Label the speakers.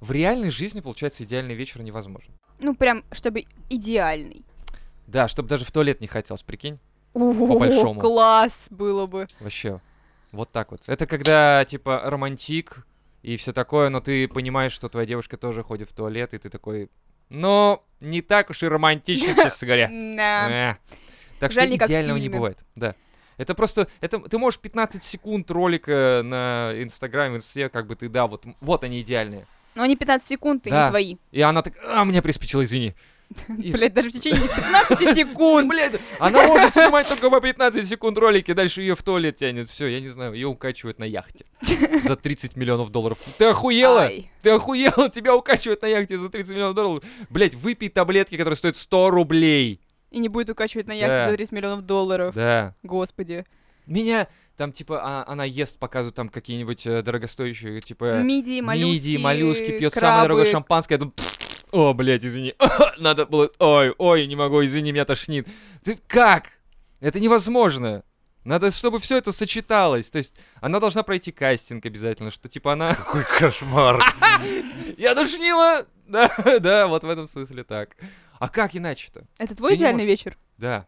Speaker 1: В реальной жизни, получается, идеальный вечер невозможен.
Speaker 2: Ну, прям, чтобы идеальный.
Speaker 1: Да, чтобы даже в туалет не хотелось, прикинь.
Speaker 2: О,
Speaker 1: большому.
Speaker 2: класс было бы.
Speaker 1: Вообще, вот так вот. Это когда, типа, романтик и все такое, но ты понимаешь, что твоя девушка тоже ходит в туалет, и ты такой, ну, не так уж и романтично, честно говоря.
Speaker 2: Да.
Speaker 1: Э. Так что
Speaker 2: Жаль, не как в
Speaker 1: идеального не
Speaker 2: фильме.
Speaker 1: бывает, да. Это просто, это, ты можешь 15 секунд ролика на Инстаграме, в Инсте, как бы ты, да, вот, вот они идеальные.
Speaker 2: Но они 15 секунд, и
Speaker 1: Да.
Speaker 2: не твои.
Speaker 1: И она так, а, меня приспичило, извини. И-
Speaker 2: Блять, даже в течение 15 секунд.
Speaker 1: Блядь, она может снимать только по 15 секунд ролики, дальше ее в туалет тянет, все, я не знаю, ее укачивают на яхте за 30 миллионов долларов. Ты охуела?
Speaker 2: Ай.
Speaker 1: Ты охуела? Тебя укачивают на яхте за 30 миллионов долларов? Блять, выпей таблетки, которые стоят 100 рублей.
Speaker 2: И не будет укачивать на
Speaker 1: Да.
Speaker 2: яхте за 30 миллионов долларов.
Speaker 1: Да.
Speaker 2: Господи.
Speaker 1: Меня там, типа, а- она ест, показывают там какие-нибудь э, дорогостоящие, типа,
Speaker 2: Мидии, моллюски,
Speaker 1: мидии, моллюски, пьет
Speaker 2: крабы.
Speaker 1: самое дорогое шампанское. Я думаю, О, блядь, извини. Надо было... Ой, ой, не могу, извини, меня тошнит. Ты как? Это невозможно. Надо, чтобы все это сочеталось. То есть она должна пройти кастинг обязательно, что типа она...
Speaker 3: Какой кошмар.
Speaker 1: Я душнила! Да, да, вот в этом смысле так. А как иначе-то?
Speaker 2: Это твой
Speaker 1: Ты не
Speaker 2: идеальный вечер?
Speaker 1: Да.